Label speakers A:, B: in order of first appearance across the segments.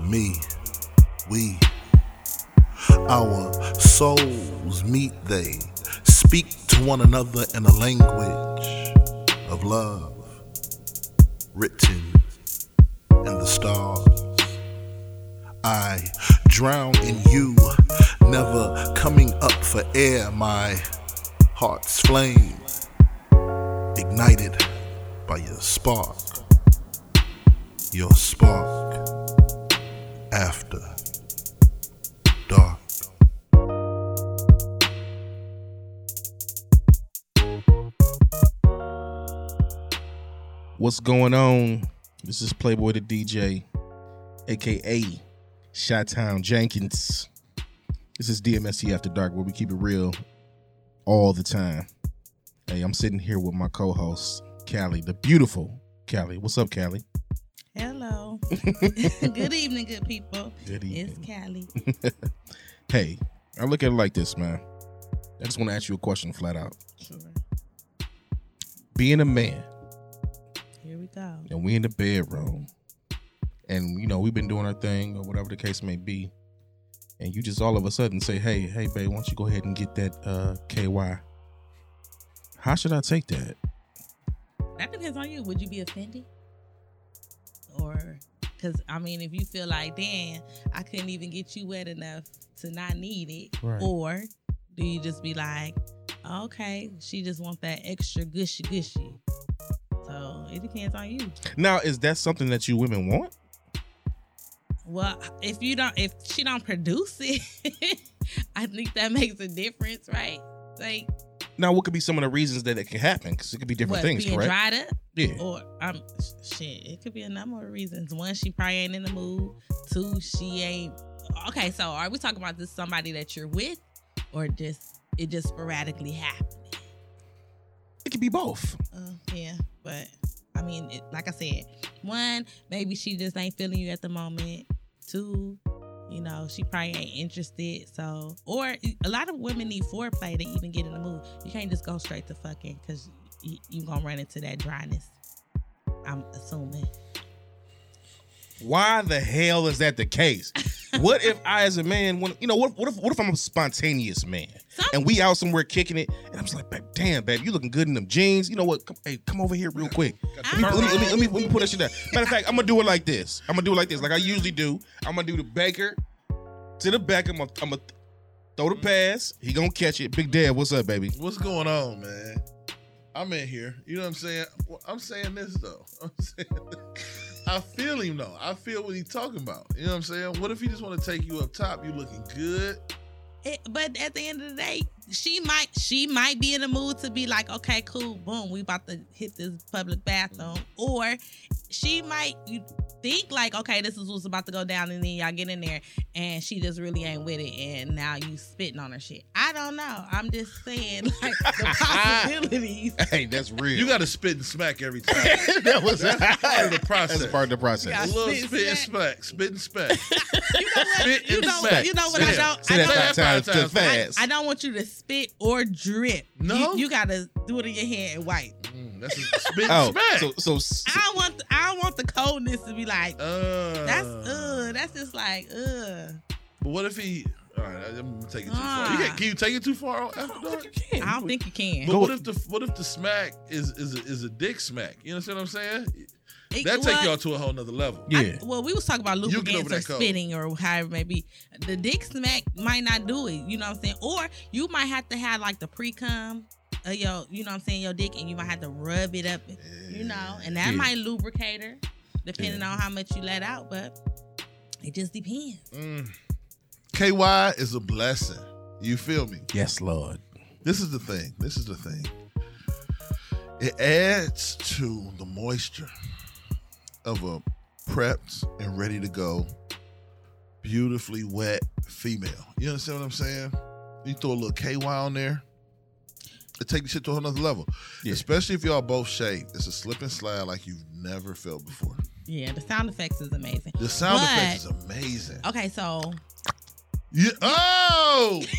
A: me, we. Our souls meet, they speak to one another in a language of love written in the stars. I drown in you, never coming up for air, my heart's flame ignited by your spark. Your spark after dark.
B: What's going on? This is Playboy the DJ, aka Chi-Town Jenkins. This is DMSC E After Dark, where we keep it real all the time. Hey, I'm sitting here with my co-host Callie, the beautiful Callie. What's up, Callie?
C: Hello. good evening, good people.
B: Good
C: It's Callie.
B: hey, I look at it like this, man. I just want to ask you a question, flat out.
C: Sure.
B: Being a man,
C: Here we go.
B: and we in the bedroom and you know we've been doing our thing or whatever the case may be and you just all of a sudden say hey hey babe why don't you go ahead and get that uh ky how should i take that
C: That depends on you. Would you be offended? Or, because, I mean, if you feel like, damn, I couldn't even get you wet enough to not need it.
B: Right.
C: Or do you just be like, okay, she just want that extra gushy gushy? So it depends on you.
B: now is that something that you women want
C: Well, if you don't, if she don't produce it, I think that makes a difference, right? Like
B: now what could be some of the reasons that it can happen because it could be different
C: what,
B: things
C: being
B: correct
C: dried up.
B: yeah
C: or um sh- shit it could be a number of reasons one she probably ain't in the mood two she ain't okay so are we talking about this somebody that you're with or just it just sporadically happened
B: it could be both
C: uh, yeah but i mean it, like i said one maybe she just ain't feeling you at the moment two you know she probably ain't interested so or a lot of women need foreplay to even get in the mood you can't just go straight to fucking because you, you gonna run into that dryness i'm assuming
B: why the hell is that the case what if i as a man want you know what, what if what if i'm a spontaneous man
C: Some-
B: and we out somewhere kicking it, and I'm just like, babe, damn, babe, you looking good in them jeans. You know what? Come, hey, come over here real quick. Let me, let, me, let, me, let me- let me put that shit down. Matter of fact, I'm gonna do it like this. I'm gonna do it like this, like I usually do. I'm gonna do the Baker to the back. I'm gonna, I'm gonna throw the pass. He gonna catch it. Big Dad, what's up, baby?
D: What's going on, man? I'm in here. You know what I'm saying? Well, I'm saying this though. I'm saying I feel him though. I feel what he's talking about. You know what I'm saying? What if he just want to take you up top? You looking good?
C: It, Eh, but at the end of the day, she might she might be in the mood to be like, okay, cool, boom, we about to hit this public bathroom, or she might you think like, okay, this is what's about to go down, and then y'all get in there, and she just really ain't with it, and now you spitting on her shit. I don't know. I'm just saying like the possibilities.
B: Hey, that's real.
D: You got to spit and smack every time.
B: that was
D: That's part of the process.
B: That's part of the process.
D: a
C: Yeah.
D: little
C: Spit and
D: spit, and smack, spit and smack.
C: You know what?
D: Spit
C: You
D: and
C: know,
D: smack.
C: you know what? I
D: Spit.
C: don't.
B: Say
C: I
B: that
C: don't
B: five times
D: Five
B: too
D: times.
C: I,
B: fast.
C: I don't want you to spit or drip.
D: No?
C: you, you gotta do it in your hand and wipe.
D: Mm, that's a spit and
B: oh,
D: smack.
B: so so. so
C: I don't want I don't want the coldness to be like
D: uh,
C: That's uh, that's just like uh.
D: But what if he? All right, I'm gonna take it too
C: Ah.
D: far. You can, can you take it too far after dark?
C: I don't think you can.
D: But
B: Go-
D: what if the what if the smack is is a, is a dick smack? You know what I'm saying?
C: It-
D: That take
C: well,
D: y'all to a whole nother level.
B: yeah.
C: I- well, we was talking about
D: You get over
C: lubricants or
D: that cold.
C: spitting or however it may be. The dick smack might not do it. You know what I'm saying? Or you might have to have like the pre cum. Uh, yo, you know what I'm saying? Your dick, and you might have to rub it up, you know, and that
B: Yeah.
C: might lubricate her, depending on how much you let out. But it just depends.
D: Mm. KY is a blessing. You feel me?
B: yes, Lord.
D: This is the thing. This is the thing. It adds to the moisture of a prepped and ready to go, beautifully wet female. You understand what I'm saying? You throw a little KY on there, it takes the shit to a whole nother level.
B: Yeah.
D: Especially if y'all both shaved. It's a slip and slide like you've never felt before.
C: Yeah, the sound effects is amazing.
D: The sound
C: But-
D: effects is amazing.
C: Okay, so
D: Yeah. Oh!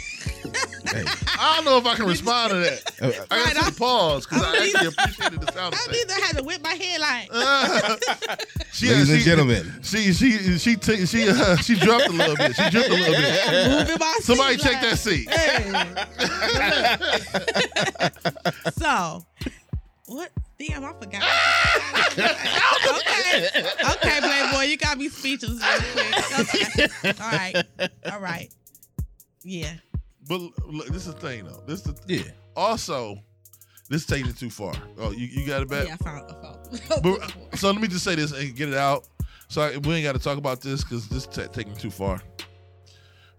B: Hey,
D: I don't know if I can respond to that.
B: uh,
D: I
C: Right,
D: got
C: I'm-
D: to pause because
C: I'm
D: I actually appreciated the sound
C: I
D: effect.
C: either had to whip my head like,
D: she,
B: ladies and
D: she-
B: gentlemen.
D: she she she t- she uh, she dropped a little bit. She dripped a little bit.
C: moving my seat,
D: Somebody check
C: like,
D: that seat.
C: Hey. so, what? Damn, I forgot. okay, okay, Playboy, you got me speechless real quick. Okay. All right, all right. Yeah,
D: But look, this is the thing though. This is the,
B: Yeah.
D: also this is taking it too far. Oh, you, you got it back.
C: yeah, I found a phone.
D: But, uh, so let me just say this and get it out. So I, we ain't got to talk about this because this t- taking it too far.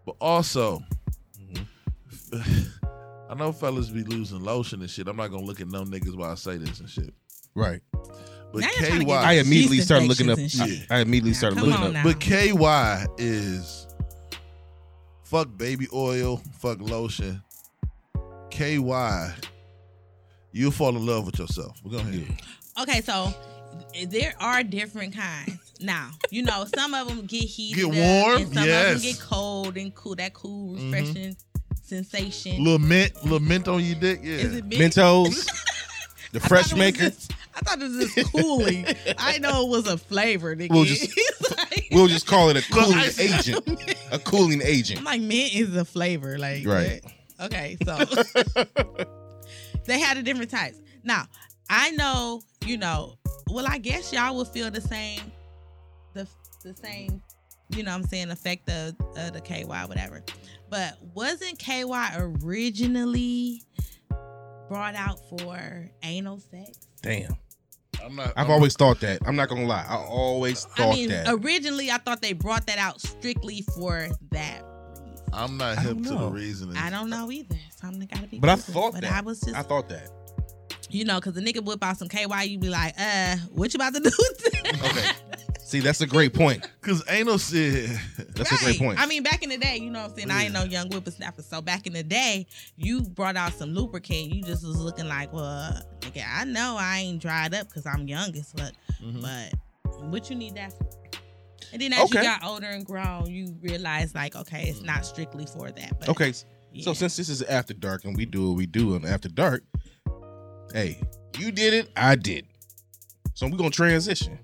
D: But also, I know fellas be losing lotion and shit. I'm not gonna look at no niggas while I say this and shit.
B: Right.
D: But
C: Now you're trying to
D: KY,
C: get-
B: I immediately
C: Yeast
B: started looking up.
C: infections and
D: shit.
B: I, I immediately
C: Now,
B: started
C: come
B: looking
C: on
B: up.
C: now.
D: But KY is fuck baby oil, fuck lotion. KY, you'll fall in love with yourself. Go ahead.
C: Okay, so there are different kinds. Now, you know, some of them get heated,
D: Get
C: up,
D: warm?
C: and some of
D: Yes. Mm-hmm.
C: them get cold and cool. That cool, refreshing sensation.
D: Little mint, little mint on your dick. Yeah.
C: Is it big?
B: Mentos, the
C: I thought it
B: fresh
C: was
B: maker.
C: just- I thought it was just cooling. I know it was a flavor, nigga.
B: We'll just-
C: It's like-
B: We'll just call it a
D: Look,
B: cooling
D: I-
B: agent. A cooling
C: I'm
B: agent.
C: like, mint is a flavor, like
B: Right.
C: what? Okay, so they had a different types. Now I know, you know. Well, I guess y'all would feel the same, the the same, you know. what I'm saying effect of, of the KY, whatever. But wasn't KY originally brought out for anal sex?
B: Damn.
D: I'm not.
B: I've
D: I'm-
B: always thought that. I'm not gonna lie. I always
C: I
B: thought
C: mean,
B: that.
C: originally I thought they brought that out strictly for that. reason.
D: I'm not
B: I
D: hip
B: don't
D: to the
B: know.
D: reason.
C: I don't know either. Something gotta be.
B: But I
C: Googled.
B: thought
C: But
B: that.
C: I was just,
B: I thought that.
C: you know, because the nigga whip out some KY, you be like, uh, what you about to do?
B: Okay. See, that's a great point.
D: Cause anal shit.
B: That's a great point.
C: I mean, back in the day, you know what I'm saying? I ain't no young whippersnapper. So back in the day, you brought out some lubricant. You just was looking like, well, nigga, I know I ain't dried up because I'm young as fuck.
B: Mm-hmm.
C: But what you need that for? And then as you
B: Okay. Mm.
C: got older and grown, you realize like, okay, it's not strictly for that. But
B: okay.
C: yeah.
B: So since this is after dark and we do what we do on after dark, hey, you did it, I did. So we're gonna transition.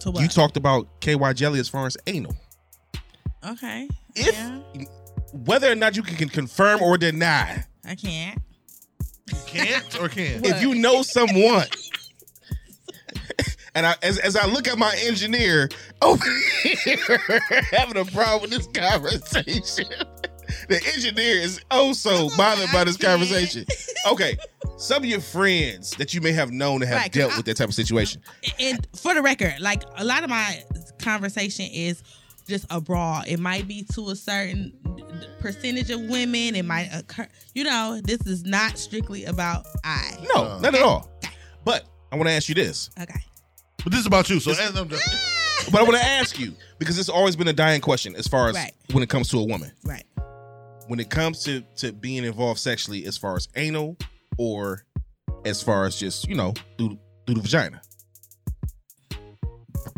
C: to what?
B: You talked about KY jelly as far as anal.
C: okay.
B: If
C: Yeah,
B: whether or not you can, can confirm or deny,
C: I can't.
D: Can't or can.
C: What?
B: if you know someone. And I, as, as I look at my engineer over here having a problem with this conversation, the engineer is oh so
C: Come on,
B: bothered by this
C: I can't.
B: conversation. Okay, some of your friends that you may have known that have
C: Right, 'cause
B: dealt
C: I-
B: with that type of situation.
C: and for the record, like a lot of my conversation is just abroad. It might be to a certain percentage of women. It might occur. You know, this is not strictly about I.
B: No,
D: Uh.
B: not at all. But I want to ask you this.
C: Okay.
D: But this is about you. So and I'm just,
B: But I want to ask you because it's always been a dying question as far as
C: Right.
B: when it comes to a woman.
C: Right.
B: when it comes to to being involved sexually as far as anal or as far as just you know through through the vagina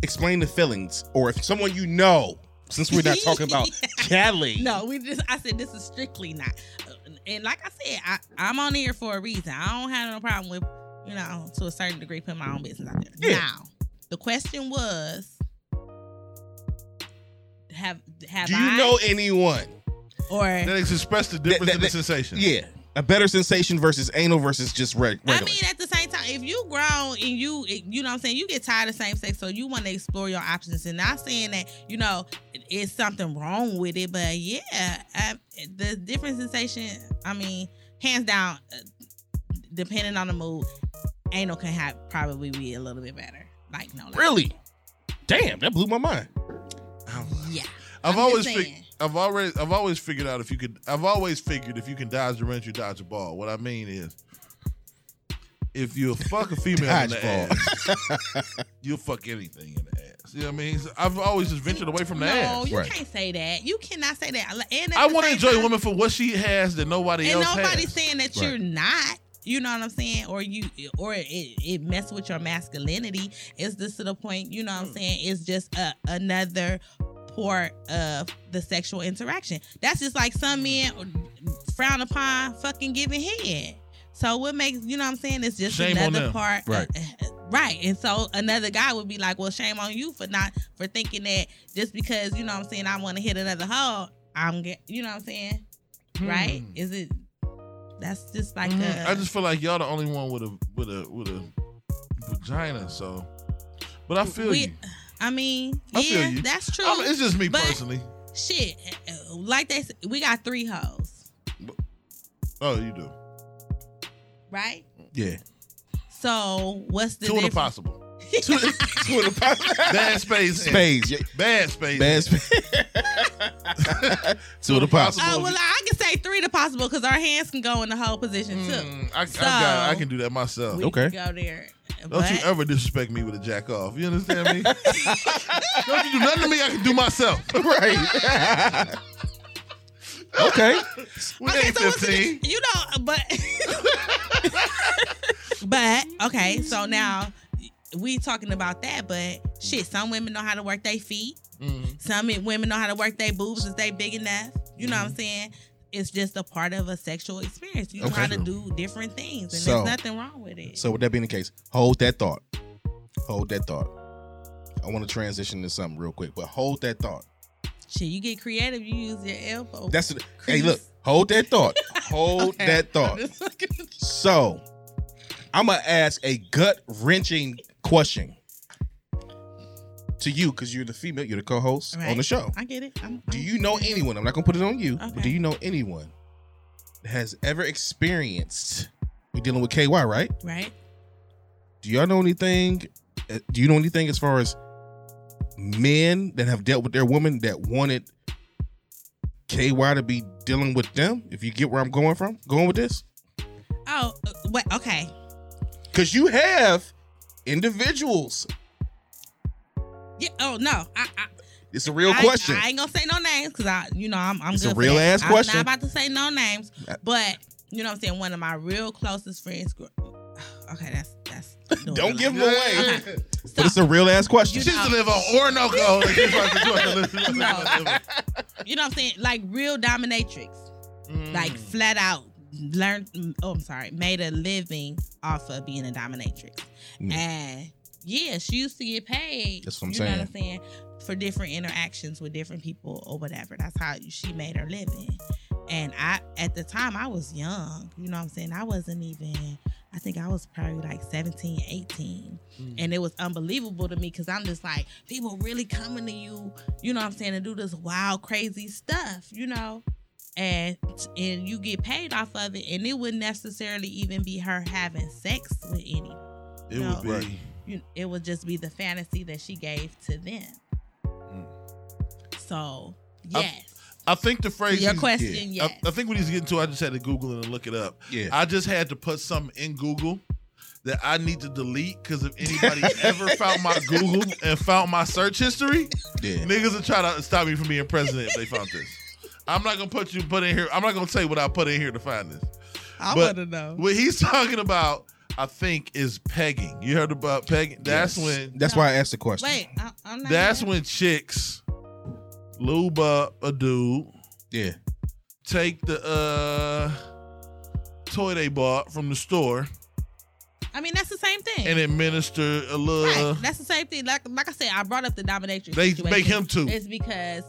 B: explain the feelings or if someone you know since we're not talking about Kelly
C: No, we just. I said this is strictly not. And like I said, I, I'm on here for a reason. I don't have no problem with you know to a certain degree putting my own business out there.
B: Yeah.
C: Now, the question was. Have have
B: do
C: I
B: you know anyone
C: or
D: that expressed the difference
B: that-
D: in the
B: that-
D: sensation.
B: yeah a better sensation versus anal versus just reg- regular
C: I mean, at the same time, if you grown and you, eh, you know what I'm saying, you get tired of same sex, so you want to explore your options. And not saying that, you know, it's something wrong with it, but yeah, I, the different sensation, I mean, hands down, uh, depending on the mood, anal can have probably be a little bit better. Like, no. Like,
B: really damn that blew my mind
C: Yeah.
D: I've
C: I'm
D: always
C: just
D: fig-
C: saying.
D: I've already I've always figured out if you could I've always figured if you can dodge a wrench, you dodge a ball. What I mean is if you fuck a female in the
B: Dodgeball.
D: ass, you'll fuck anything in the ass. You know what I mean? So I've always just ventured away from the
C: no,
D: ass.
C: you
B: Right.
C: can't say that. You cannot say that. And at
D: I
C: the
D: want to
C: same
D: enjoy a
C: time-
D: woman for what she has that nobody
C: and
D: else
C: nobody's
D: has.
C: saying that
B: Right.
C: you're not you know what i'm saying or you or it, it mess with your masculinity it's just to the point you know what i'm saying it's just a, another part of the sexual interaction that's just like some men frown upon fucking giving head. So what makes you know what I'm saying? It's just
E: Shame on
C: another
E: them.
C: part, uh,
B: Right.
C: right. And so another guy would be like, "Well, shame on you for not for thinking that just because you know what I'm saying I want to hit another hole, I'm get you know what I'm saying, right? Is it? That's just like uh,
D: Mhm.
C: a
D: Hmm. I just feel like y'all the only one with a with a with a vagina. So, but I feel
C: We-
D: you.
C: I mean,
D: I feel
C: yeah,
D: you.
C: that's true.
D: I'm- it's just me
C: But-
D: personally.
C: Shit, like they said, we got three hoes,
D: Oh, you do.
C: right?
B: Yeah.
C: So what's the
D: Two in the
C: difference?
D: possible.
B: Two two in the pot.
D: Bad space. in.
B: Spades. yeah.
D: Bad space.
B: Bad
D: in.
B: space. Two of the possible.
C: Oh well, I can say three to possible because our hands can go in the whole position too.
D: Mm, I, I,
C: So-
D: got, I can do that myself.
C: We
B: okay.
C: can go there.
D: Don't
C: But
D: you ever disrespect me with a jack off. You understand me? Don't you do nothing to me I can do myself.
B: Right. okay.
D: We
C: okay,
D: ain't
C: so what's the-
D: 15.
C: you know, but but okay, so now we talking about that, but shit, some women know how to work their feet.
B: Mm-hmm.
D: Mhm.
C: Some women know how to work their boobs if they big enough. You know what I'm saying? It's just a part of a sexual experience. You know
B: Mm-hmm. Okay.
C: how to do different things, and
B: So-
C: there's nothing wrong with it.
B: So with that being the case, hold that thought. Hold that thought. I want to transition to something real quick, but hold that thought.
C: shit, you get creative. You use your elbow.
B: That's it. Hey, look, hold that thought. Hold
C: Okay.
B: that thought. So, I'm gonna ask a gut wrenching question to you because you're the female, you're the co-host on the
C: Right.
B: show.
C: I get it. I'm,
B: Do
C: I'm-
B: you know anyone? I'm not gonna put it on you, but
C: Okay.
B: do you know anyone that has ever experienced? We're dealing with KY, right?
C: right?
B: Do y'all know anything? uh, Do you know anything as far as men that have dealt with their women that wanted KY to be dealing with them? If you get where I'm going from, going with this,
C: Oh, uh, wait. Okay.
B: because you have individuals.
C: Yeah. Oh no. I, I,
B: It's a real
C: I-
B: question.
C: I ain't gonna say no names because I, you know, I'm, I'm
B: It's
C: good
B: a
C: for
B: real
C: that.
B: ass question.
C: I'm not about to say no names,
B: Uh,
C: but you know, what I'm saying one of my real closest friends. Grew- okay, that's that's. doing
B: Don't
C: a
B: give them
C: lot.
B: away.
C: Okay,
B: But it's
C: So,
B: a real ass
D: She
B: question.
C: You
D: used to
C: know.
D: live on Orinoco. Like, she was like, she was like, she was like,
C: you know what I'm saying? Like real dominatrix,
D: mm.
C: like flat out learned. Oh, I'm sorry, made a living off of being a dominatrix,
B: Mm.
C: and yeah, she used to get paid.
B: That's what I'm
C: you know what I'm saying for different interactions with different people or whatever. That's how she made her living. And I, at the time, I was young. You know what I'm saying? I wasn't even, I think I was probably like 17, 18.
B: Mm.
C: And it was unbelievable to me because I'm just like, people really coming to you, you know what I'm saying, to do this wild, crazy stuff, you know? And and you get paid off of it, and it wouldn't necessarily even be her having sex with any.
D: It
C: No.
D: would be.
B: Right.
C: You, it would just be the fantasy that she gave to them. So
D: I-
C: yes,
D: I think the phrase.
C: your
D: he's-
C: question,
D: I-
C: yes.
D: I, think what he's getting to, I just had to Google it and look it up.
B: Yeah.
D: I just had to put something in Google that I need to delete because if anybody ever found my Google and found my search history,
B: yeah.
D: niggas will try to stop me from being president if they found this. I'm not gonna put you put in here. I'm not gonna say what I put in here to find this.
C: I
D: but-
C: wanna know.
D: What he's talking about, I think, is pegging. You heard about pegging? That's
B: Yes.
D: when
B: That's why I asked the question.
C: Wait, I, I'm not.
D: that's
C: done.
D: when chicks lube up a dude,
B: Yeah.
D: take the uh toy they bought from the store,
C: I mean, that's the same thing.
D: and administer a little.
C: right, that's the same thing. Like, like I said, I brought up the dominatrix.
D: Uh, They
C: situation.
D: make him too.
C: It's because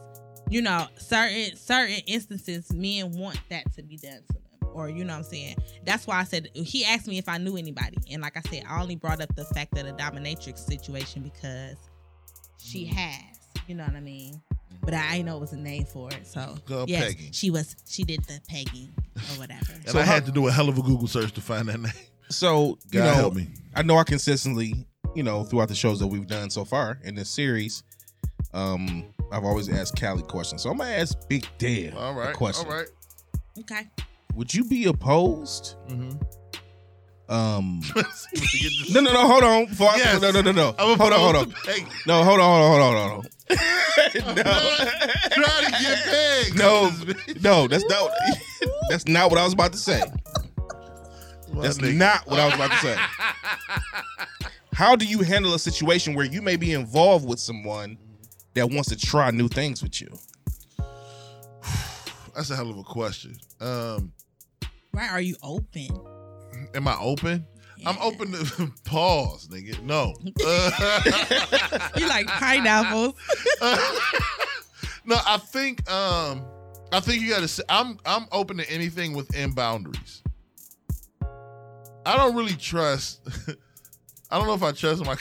C: you know certain certain instances, men want that to be done to them, or you know what I'm saying. That's why I said he asked me if I knew anybody, and like I said, I only brought up the fact that a dominatrix situation because she
D: Mm.
C: has, you know what I mean. But I ain't know it was a name for it, so
D: Girl,
C: yes,
D: pegging.
C: she was she did the pegging or whatever.
D: And
B: So
D: I
B: how-
D: had to do a hell of a Google search to find that name.
B: So you
D: God
B: know,
D: help me.
B: I know I consistently, you know, throughout the shows that we've done so far in this series, um, I've always asked Callie questions. So I'm gonna ask Big Dan
D: All
B: a
D: right.
B: question.
D: All right.
C: okay,
B: Would you be opposed?
D: Mm-hmm.
B: Um, no,
D: no,
B: no, no. Hold on. Before I-
D: Yes.
B: no, no, no, no.
D: I'm
B: hold on, hold on.
D: opposed to pegging.
B: No, hold on, hold on, hold on, hold on.
D: Try to get pegged.
B: no, no, no. That's not. That's not what I was about to say. That's not what I was about to say. How do you handle a situation where you may be involved with someone that wants to try new things with you?
D: that's a hell of a question. Um,
C: Right? Are you open?
D: am I open? I'm
C: Yeah.
D: open to pause, nigga. No.
C: You like pineapples?
D: no, I think um I think you gotta say I'm I'm open to anything within boundaries. I don't really trust I don't know if I trust my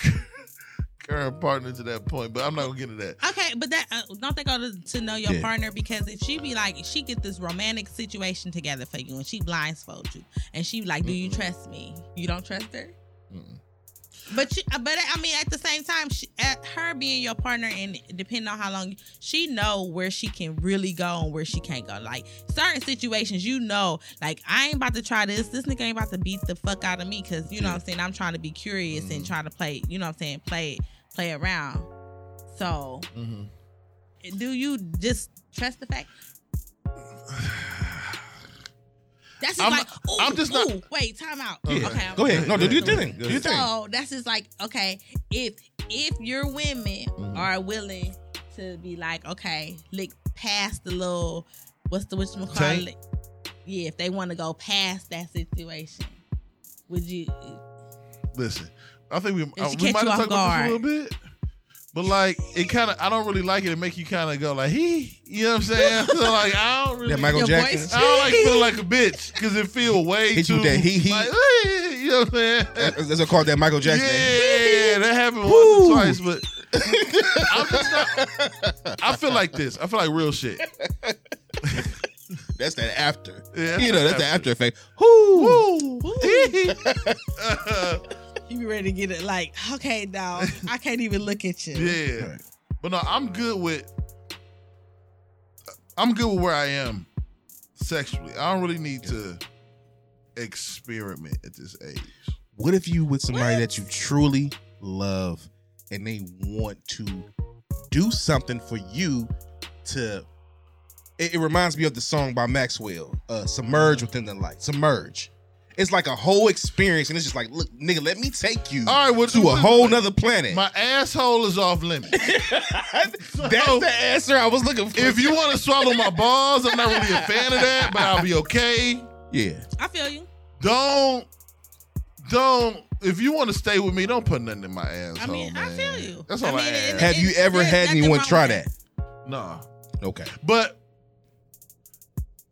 D: current partner to that point, but I'm not gonna get into that.
C: Okay, but that uh, don't they go to, to know your
B: Yeah.
C: partner because if she be like, if she get this romantic situation together for you and she blindfold you and she be like, do you
D: Mm-mm.
C: trust me? You don't trust her.
D: Mm-mm.
C: But she, uh, but I mean, at the same time, she, at her being your partner and depending on how long she know where she can really go and where she can't go. Like certain situations, you know, like I ain't about to try this. This nigga ain't about to beat the fuck out of me because you know what I'm saying. I'm trying to be curious and
B: Mm-hmm.
D: Mhm.
C: try to play. You know what I'm saying. Play play around. So
D: Mhm.
B: Mm-hmm.
C: do you just trust the fact? That's just
D: I'm-
C: like, ooh,
D: I'm just not-
C: ooh, wait, time out.
D: Oh, Okay.
C: Okay, I'm-
B: Go ahead. No, do your
D: Go
B: thing.
D: ahead.
B: Do your thing.
C: So that's just like okay, if if your women
D: Mhm.
C: are willing to be like okay, lick past the little what's the what you call
D: Tank?
C: it? Yeah, if they want to go past that situation, would you?
D: Listen, I think we
C: she
D: uh, we
C: catch
D: might
C: you
D: have
C: off
D: talked about
C: guard.
D: this a little bit, but like it kind of I don't really like it. It make you kind of go like he, you know what I'm saying? so like I don't really.
B: That Michael
C: Your
B: Jackson.
C: voice-
D: I don't like feel like a bitch because it feel way
B: Hit you
D: too.
B: with that hee hee.
D: Like, you know what I'm saying?
B: That's that's what called that Michael Jackson.
D: Yeah, that happened
B: Woo.
D: once or twice, but I'm just not, I feel like this. I feel like real shit.
B: That's that after.
D: Yeah,
B: You know, that's the after effect. Whoo.
D: Woo.
C: You be ready to get it? Like okay, dog, I can't even look at you.
D: Yeah.
B: Right.
D: But no, I'm good with I'm good with where I am sexually. I don't really need to experiment at this age.
B: What if you with somebody
C: What?
B: that you truly love and they want to do something for you to it, it reminds me of the song by Maxwell, uh, Submerge Within the Light. Submerge. It's like a whole experience, and it's just like, look, nigga, let me take you
D: All right, well,
B: to a whole nother planet.
D: My asshole is off limits.
B: That's the answer I was looking for.
D: Oh. if you want to swallow my balls, I'm not really a fan of that, but I'll be okay.
B: yeah,
C: I feel you.
D: Don't don't if you want to stay with me, don't put nothing in my asshole.
C: I mean, I
D: man.
C: feel you.
D: That's
C: I
D: all I,
C: mean,
D: ask.
C: and-
B: have you
C: It's-
B: ever
C: there's
B: had
C: nothing
B: anyone
C: wrong
B: try
C: with
B: that?
D: Nah.
B: Okay,
D: But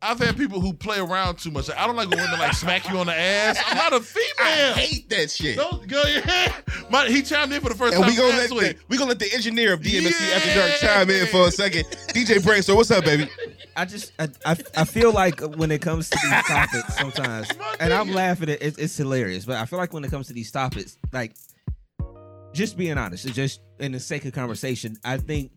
D: I've had people who play around too much. I don't like when women like smack you on the ass. I'm not a
B: I
D: female.
B: hate that shit.
D: Those girl, yeah. My, he chimed in for the first
B: And
D: time
B: we gonna let
D: last
B: the,
D: week.
B: we gonna let the engineer of DMSC After Dark
D: Yeah.
B: chime in for a second. DJ Brainstorm, what's up, baby?
E: I just I, I, I feel like when it comes to these topics sometimes, and I'm laughing at it's, it's hilarious, but I feel like when it comes to these topics, like just being honest, it's just in the sake of conversation, I think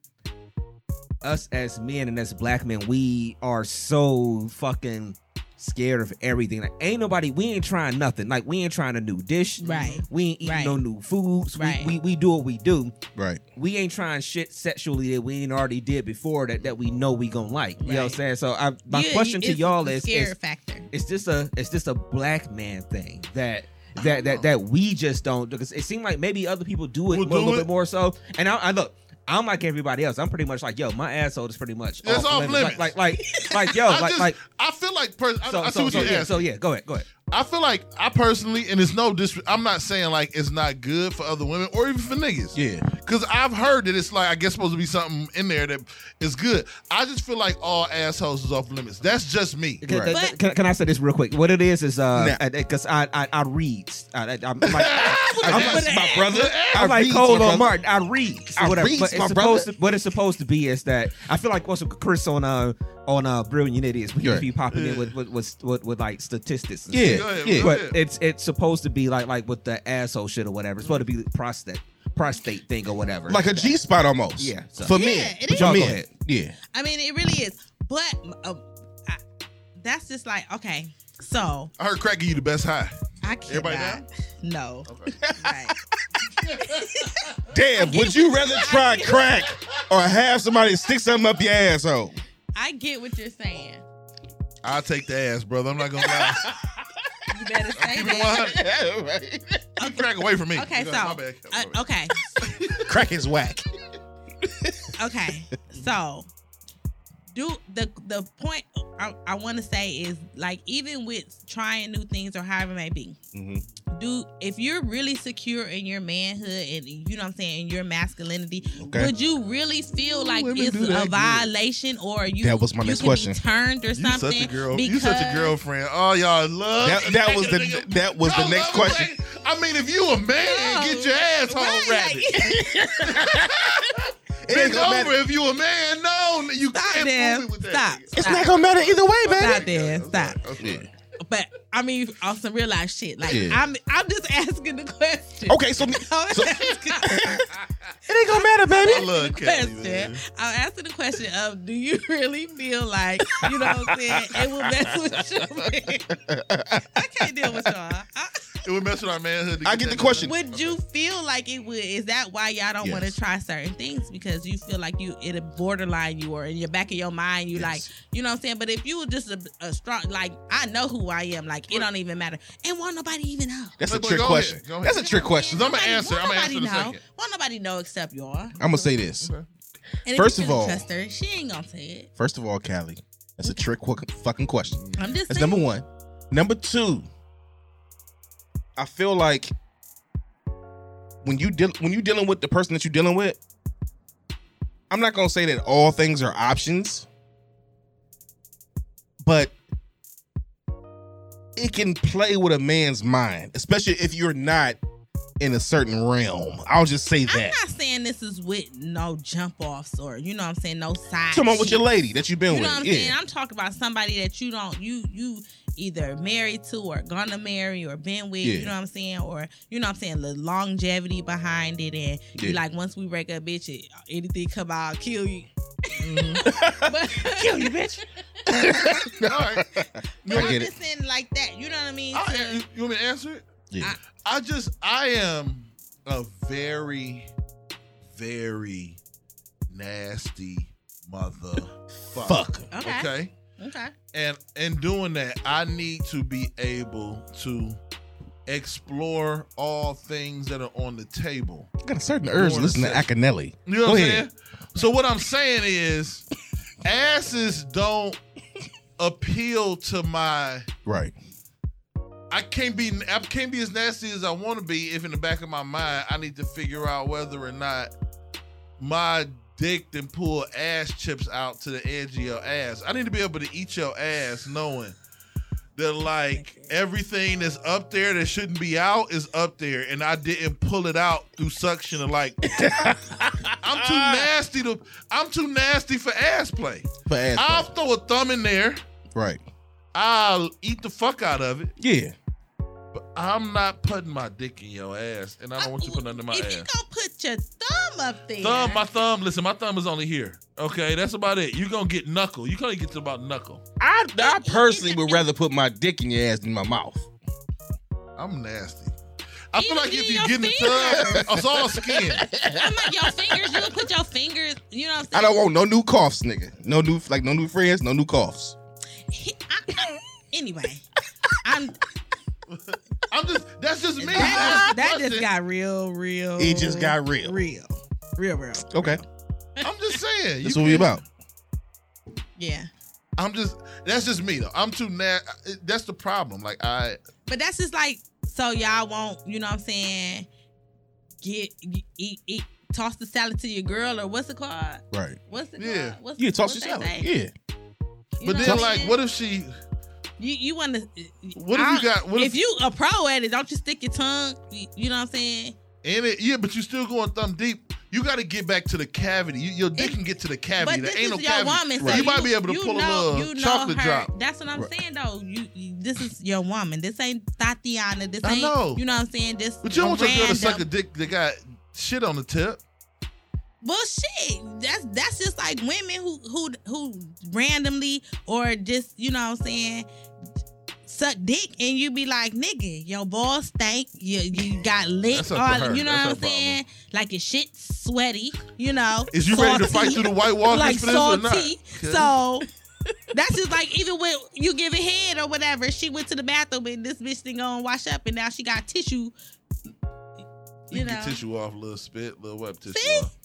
E: us as men and as black men, we are so fucking scared of everything. Like ain't nobody we ain't trying nothing. Like we ain't trying a new dish.
C: Right.
E: We ain't eating
C: Right.
E: no new foods. We-
C: Right.
E: we, we do what we do
B: Right.
E: we ain't trying shit sexually that we ain't already did before that that we know we gonna like. You know what I'm
C: Right.
E: saying? So I my
C: Yeah,
E: question to
C: it's
E: y'all
C: the
E: is,
C: scare
E: is
C: factor.
E: is this a is this a black man thing that that that that we just don't because it seemed like maybe other people do it
D: We'll
E: a
D: do
E: little
D: it.
E: bit more so. And I, I look. I'm like everybody else. I'm pretty much like, yo, my asshole is pretty much
D: It's off limits.
E: Like, like, like, like, yo,
D: I
E: Oh, like,
D: just,
E: like.
D: I feel like, pers- I,
E: So,
D: I see
E: so,
D: what
E: so,
D: you're
E: yeah,
D: asking.
E: so yeah, go ahead, go ahead.
D: I feel like I personally, and it's no dis. I'm not saying like it's not good for other women or even for niggas.
B: Yeah.
D: Cause I've heard that it's like I guess supposed to be something in there that is good. I just feel like all assholes is off limits. That's just me.
E: Can,
B: Right.
E: can-
C: But-
E: can- can I say this real quick? What it is is
B: Nah.
E: uh, because I, I I read. I, I, am like,
B: I'm
E: like-
B: like, my brother.
E: I'm like
B: reads,
E: Cole
B: my brother.
E: on Martin. I read.
B: I
E: Whatever.
B: reads,
E: But it's
B: my
E: supposed
B: brother.
E: to, what it's supposed to be is that I feel like what's Chris on uh on uh Brilliant Idiots. We
B: You're
E: keep be popping in with with, with with with like statistics. and
B: Yeah,
E: shit.
D: Go ahead,
B: yeah.
D: bro.
E: But it's it's supposed to be like like with the asshole shit or whatever. It's supposed to be prostate prostate thing or whatever.
B: Like a G spot almost.
E: Yeah, so-
B: For
C: Yeah,
B: me.
C: it
E: is.
B: For
E: Y'all go
B: me.
E: ahead.
B: Yeah.
C: I mean, it really is. But uh, I, that's just like okay. So
D: I heard cracking you the best high.
C: I can't.
D: Everybody down?
C: No.
D: Okay.
C: Right.
B: Damn, would you rather try crack or have somebody stick something up your asshole?
C: I get what you're saying.
D: I'll take the ass, brother. I'm not gonna lie.
C: You better say
D: Keep it
C: that.
D: 100. Keep crack away from me.
C: Okay,
D: Go
C: so
D: ahead, my bad.
C: uh, okay,
B: Crack is whack.
C: okay, so do the the point I, I want to say is like even with trying new things or however it may be,
B: Mhm.
D: Mm-hmm.
C: do if you're really secure in your manhood and you know what I'm saying in your masculinity,
B: Okay.
C: would you really feel like
D: women
C: it's
D: do
C: a
D: that, yeah.
C: violation or you?
B: That was my
C: you
B: next
C: could be
B: question.
C: Turned or
D: You
C: something?
D: such a girl. You such a
C: because-
D: girlfriend. Oh, y'all love.
B: That, that was the that was the
D: Y'all
B: next
D: love
B: question.
D: it. I mean, if you a man,
C: No.
D: get your asshole
C: Right,
D: rabbit.
B: It ain't
D: it's
B: gonna
D: over
B: matter.
D: if you a man. No, you
C: Stop
D: can't fool
C: there.
D: me with
C: Stop.
D: that. nigga.
C: Stop.
B: gonna matter either way,
C: Stop there. Stop.
D: I'm sorry. I'm sorry.
C: But I mean, on some real life shit. Like
B: Yeah.
C: I'm, I'm just asking the question.
B: Okay, so
C: I'm
B: So-
C: asking-
B: It ain't gonna matter,
D: I
B: baby.
D: love Kelly,
C: question.
D: man.
C: I'm asking the question of do you really feel like, you know what I'm saying, it will mess with your man? I can't deal with y'all. I-
D: It would mess with our manhood. to
B: I get
D: that
B: the question.
C: would you feel like it would? Is that why y'all don't want to
B: Yes.
C: try certain things? Because you feel like you it a borderline you or in your back of your mind you like, you know what I'm saying? But if you were just a, a strong like I know who I am, like it don't even matter. And won't nobody even know.
B: That's a
D: But- but
B: trick
D: go
B: question.
D: ahead, go ahead.
B: That's a trick question.
D: I'ma
C: Nobody-
D: answer-
C: won't
D: I'ma
C: nobody
D: answer in a
C: know.
D: second.
C: Won't nobody know except y'all.
B: I'm gonna say this.
C: And if
B: First
C: you
B: of
C: couldn't
B: all-
C: trust her, she ain't gonna say it.
B: First of all, Callie, that's a trick qu- fucking question.
C: I'm just
B: That's
C: saying.
B: number one. Number two, I feel like when you deal when you dealing with the person that you're dealing with, I'm not gonna say that all things are options, but it can play with a man's mind, especially if you're not in a certain realm. I'll just say
C: I'm
B: that.
C: not saying this is with no jump offs or you know what I'm saying, no side.
B: Come on with
C: shit.
B: your lady that you've been
C: You know
B: with.
C: what I'm
B: yeah.
C: saying? I'm talking about somebody that you don't you you either married to or gonna marry or been with,
B: Yeah.
C: you know what I'm saying? Or you know what I'm saying, the longevity behind it and you
B: Yeah.
C: like once we break up, bitch, it, anything come out, kill you. But-
B: Mm-hmm. Kill you, bitch.
D: All right.
C: but
B: I
C: I'm
B: get it.
C: just saying like that. You know what I mean?
D: I
C: So-
D: am- you want me to answer it?
B: Yeah.
D: I just, I am a very, very nasty motherfucker.
B: Fuck.
C: Okay. okay.
D: okay? and in doing that i need to be able to explore all things that are on the table
B: I got a certain urge to
D: Born
B: listen to Acanelli.
D: you know what
B: Go
D: i'm
B: ahead.
D: saying so what i'm saying is asses don't appeal to my
B: Right.
D: i can't be i can't be as nasty as i want to be if in the back of my mind i need to figure out whether or not my dick then pull ass chips out to the edge of your ass. I need to be able to eat your ass knowing that like everything that's up there that shouldn't be out is up there and I didn't pull it out through suction or like I'm too nasty to I'm too nasty for ass play.
B: For ass
D: I'll throw a thumb in there.
B: Right.
D: I'll eat the fuck out of it.
B: Yeah.
D: But I'm not putting my dick in your ass and I don't want you putting it under my
C: if
D: ass.
C: you gonna put your thumb up there.
D: Thumb, my thumb. Listen, my thumb is only here. Okay, that's about it. You gonna get knuckle. You gonna get to about knuckle.
B: I, I personally would rather put my dick in your ass than my mouth.
D: I'm nasty. I feel
C: Even
D: like if
C: in
D: you
C: your
D: get in the tub, it's all skin.
C: I'm like your fingers, you put your fingers, you know what I'm saying?
B: I don't want no new coughs, nigga. No new like no new friends, no new coughs.
C: He- I- anyway, I'm,
D: I'm just. That's just me.
C: that, just,
D: I'm
C: that just
D: busting.
C: got real, real.
B: It just got real.
C: real, real, real.
B: Okay.
D: I'm just saying. You
B: That's what we
D: can-
B: about.
C: Yeah,
D: I'm just. That's just me though. I'm too nasty. That's the problem. Like I.
C: but that's just like so y'all won't, you know what I'm saying? Get eat eat toss the salad to your girl or what's it called?
B: Right.
C: What's it
D: Yeah.
C: called? What's,
B: Yeah, toss
C: what's
B: your
C: that
B: salad.
C: say?
B: Yeah.
C: You
D: But
C: know
D: then
C: I'm
D: like,
C: saying?
D: what if she?
C: you you want to?
D: What if you got? What if,
C: if you a pro at it, don't you stick your tongue? You, you know what I'm saying?
D: in it? Yeah, but you still going thumb deep. You got to get back to the cavity. You, your dick
C: It-
D: can get to the cavity.
C: but
D: There
C: this
D: ain't no
C: is your
D: cavity.
C: woman. So
D: You might be able to
C: you
D: pull a
C: know,
D: little
C: you know
D: chocolate
C: her.
D: drop.
C: That's what I'm
B: Right.
C: saying though. You, you this is your woman. This ain't Tatiana. This
D: I
C: ain't
D: know.
C: you know what I'm saying. Just
D: But you don't want your girl to
C: random-
D: suck a dick that got shit on the tip.
C: Well, shit. That's that's just like women who who who randomly or just you know what I'm saying suck dick and you be like nigga your balls stink you you got lick
D: That's up to
C: all
D: her.
C: you know
D: That's
C: what
D: her
C: I'm saying like your shit sweaty you know
D: Is you ready to
C: salty.
D: fight through the White Walkers
C: like
D: for this or not?
C: salty. So that's just like even when you give a head or whatever, she went to the bathroom and this bitch didn't go and wash up and now she got tissue.
D: you,
C: You
D: can
C: know.
D: get tissue off, little spit, little wet tissue
C: See?
D: off.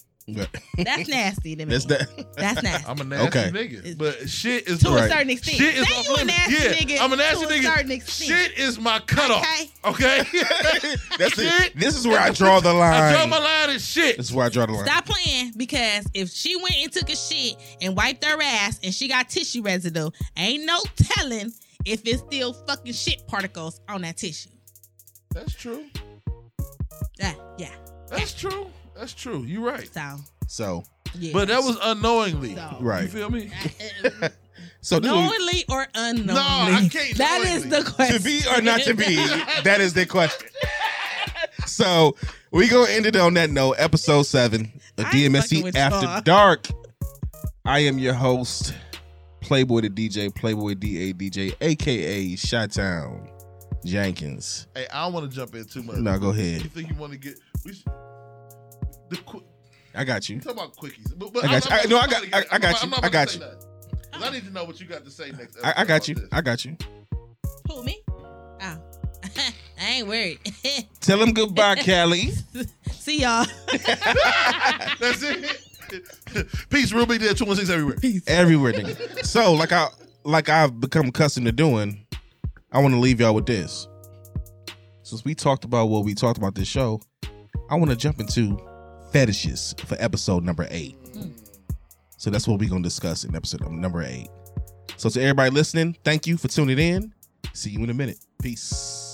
C: That's nasty to me.
B: That's that.
C: That's nasty.
D: I'm a nasty
B: Okay.
D: nigga, but shit is
C: To
D: off
C: a certain extent.
D: Shit is
C: Say
D: off
C: you a
D: limits.
C: nasty
D: yeah,
C: nigga
D: I'm a nasty
C: to a
D: nigga.
C: certain extent.
D: Shit is my cutoff.
C: Okay.
D: Okay,
B: That's
D: Shit.
B: it. This is where I draw the line.
D: I draw my line and shit.
B: This is where I draw the line.
C: Stop playing because if she went and took a shit and wiped her ass and she got tissue residue, ain't no telling if it's still fucking shit particles on that tissue.
D: That's true.
C: Yeah, yeah.
D: That's true. That's true. You're right.
C: So,
B: So
C: yeah.
D: But that was unknowingly.
C: So- uh,
D: You
B: right.
D: feel me?
B: So this is-
C: knowingly or unknowingly.
D: No, I can't.
C: That is
D: knowingly.
C: the question.
B: to be or not to be, that is the question. So we gonna end it on that note. Episode seven, the
C: I ain't fucking
B: DMSC
C: with
B: After
C: y'all.
B: Dark. I am your host, Playboy the DJ, Playboy D A DJ, aka Chi-Town Jenkins.
D: Hey, I don't want to jump in too much.
B: No, go
D: You
B: ahead.
D: think you want to get? We should, the qu-
B: I got you.
D: talk about quickies. But, but
B: I got you. I-
D: I'm not-
B: no, I
D: I'm
B: got-
D: not
B: I- I got
D: about-
B: you.
D: I'm not
B: I
D: about
B: got
D: to
B: you.
D: say nothing. 'Cause I need to know what you got to say next.
B: I, I
D: episode
B: got you.
D: about
B: I got you.
C: Who, me? Oh. I ain't worried.
B: Tell him goodbye, Callie.
C: See y'all.
D: this. That's it. Peace, Ruby. Did two one six everywhere.
C: Peace.
B: Everywhere, nigga. So like I like I've become accustomed to doing, I want to leave y'all with this. Since we talked about what we talked about this show, I want to jump into fetishes for episode number eight. So that's what we're gonna discuss in episode number eight. So to everybody listening, thank you for tuning in. See you in a minute. Peace.